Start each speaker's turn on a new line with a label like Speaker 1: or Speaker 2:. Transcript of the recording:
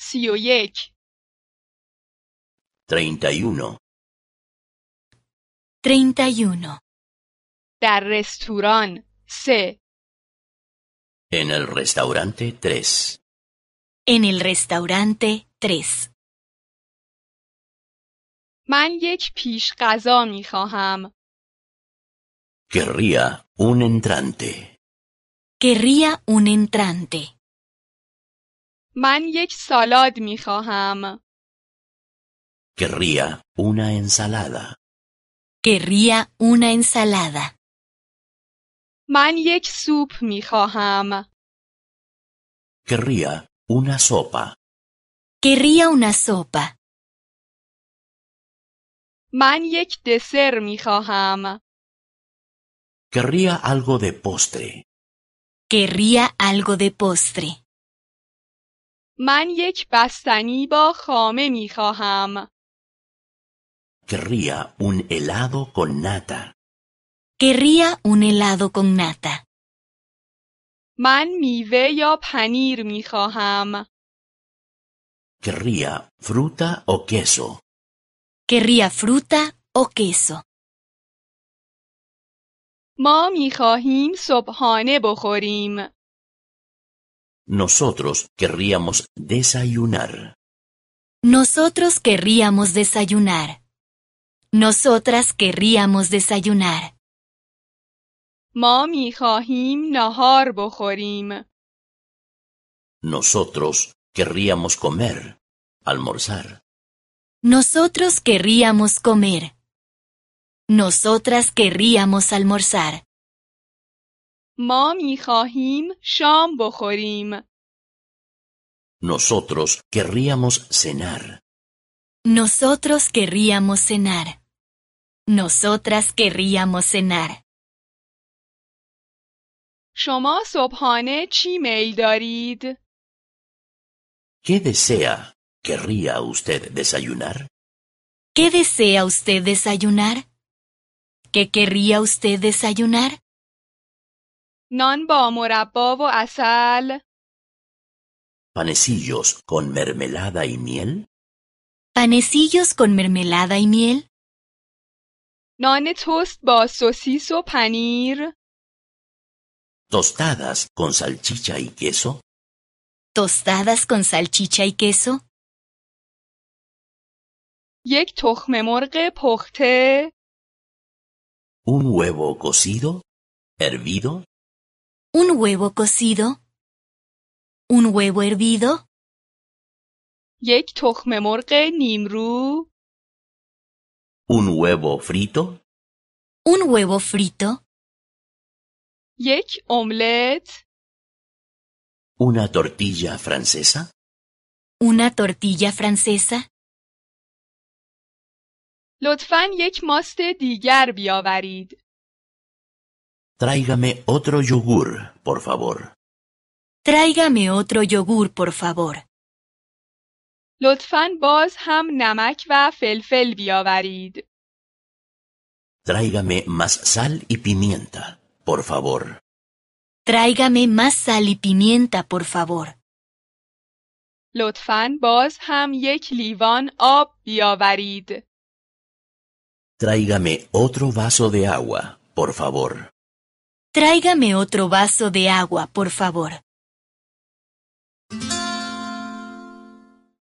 Speaker 1: سی و یک
Speaker 2: treinta y uno,
Speaker 3: 31.
Speaker 1: در رستوران سه
Speaker 2: en el restaurante tres,
Speaker 3: En el restaurante 3.
Speaker 1: من یک پیش غذا می خواهم.
Speaker 2: querría un entrante,
Speaker 3: Querría un entrante.
Speaker 1: من یک سالاد می خواهم.
Speaker 2: querría una ensalada,
Speaker 3: Querría una ensalada.
Speaker 1: من یک سوپ می خواهم.
Speaker 2: querría una sopa,
Speaker 3: Querría una sopa.
Speaker 1: من یک دسر می خواهم.
Speaker 2: querría algo de postre,
Speaker 3: Querría algo de postre.
Speaker 1: من یک بستنی با خامه می خواهم.
Speaker 2: querría un helado con nata,
Speaker 3: Querría un helado con nata.
Speaker 1: من میوه یا پنیر می خواهم.
Speaker 2: querría fruta o queso,
Speaker 3: Querría fruta o queso.
Speaker 1: ما می خواهیم صبحانه بخوریم.
Speaker 2: nosotros querríamos desayunar,
Speaker 3: Nosotros querríamos desayunar. Nosotras querríamos desayunar.
Speaker 1: ما می خواهیم نهار بخوریم.
Speaker 2: nosotros querríamos comer, almorzar,
Speaker 3: Nosotros querríamos comer. Nosotras querríamos almorzar.
Speaker 1: ما می خواهیم شام بخوریم.
Speaker 2: nosotros querríamos cenar.
Speaker 3: Nosotros querríamos cenar. Nosotras querríamos cenar.
Speaker 1: شما صبحانه چی میل دارید؟
Speaker 2: ¿Qué desea? ¿Querría usted desayunar?
Speaker 3: ¿Qué desea usted desayunar? ¿Qué querría usted desayunar?
Speaker 1: نان با مربا و اصل،
Speaker 2: ¿Panecillos con mermelada y miel?
Speaker 3: ¿Panecillos con mermelada y miel?
Speaker 1: نان تست با سوسیس و پنیر،
Speaker 2: ¿Tostadas con salchicha y queso?
Speaker 3: ¿Tostadas con salchicha y queso?
Speaker 1: یک تخم مرغ پخته،
Speaker 2: ¿Un huevo cocido? ¿Hervido?
Speaker 3: ¿Un huevo cocido? ¿Un huevo hervido?
Speaker 1: یک تخم مرغ نیمرو،
Speaker 2: ¿Un huevo frito?
Speaker 3: ¿Un huevo frito?
Speaker 1: یک املت،
Speaker 2: ¿Una tortilla francesa?
Speaker 3: ¿Una tortilla francesa?
Speaker 1: لطفا یک ماست دیگر بیاورید.
Speaker 2: Tráigame otro yogur, por favor.
Speaker 3: Tráigame otro yogur, por favor.
Speaker 1: لطفا باز هم نمک و فلفل بیاورید.
Speaker 2: Tráigame más sal y pimienta, por favor.
Speaker 3: Tráigame más sal y pimienta, por favor.
Speaker 1: لطفا باز هم یک لیوان آب بیاورید.
Speaker 2: Tráigame otro vaso de agua, por favor.
Speaker 3: Tráigame otro vaso de agua, por favor.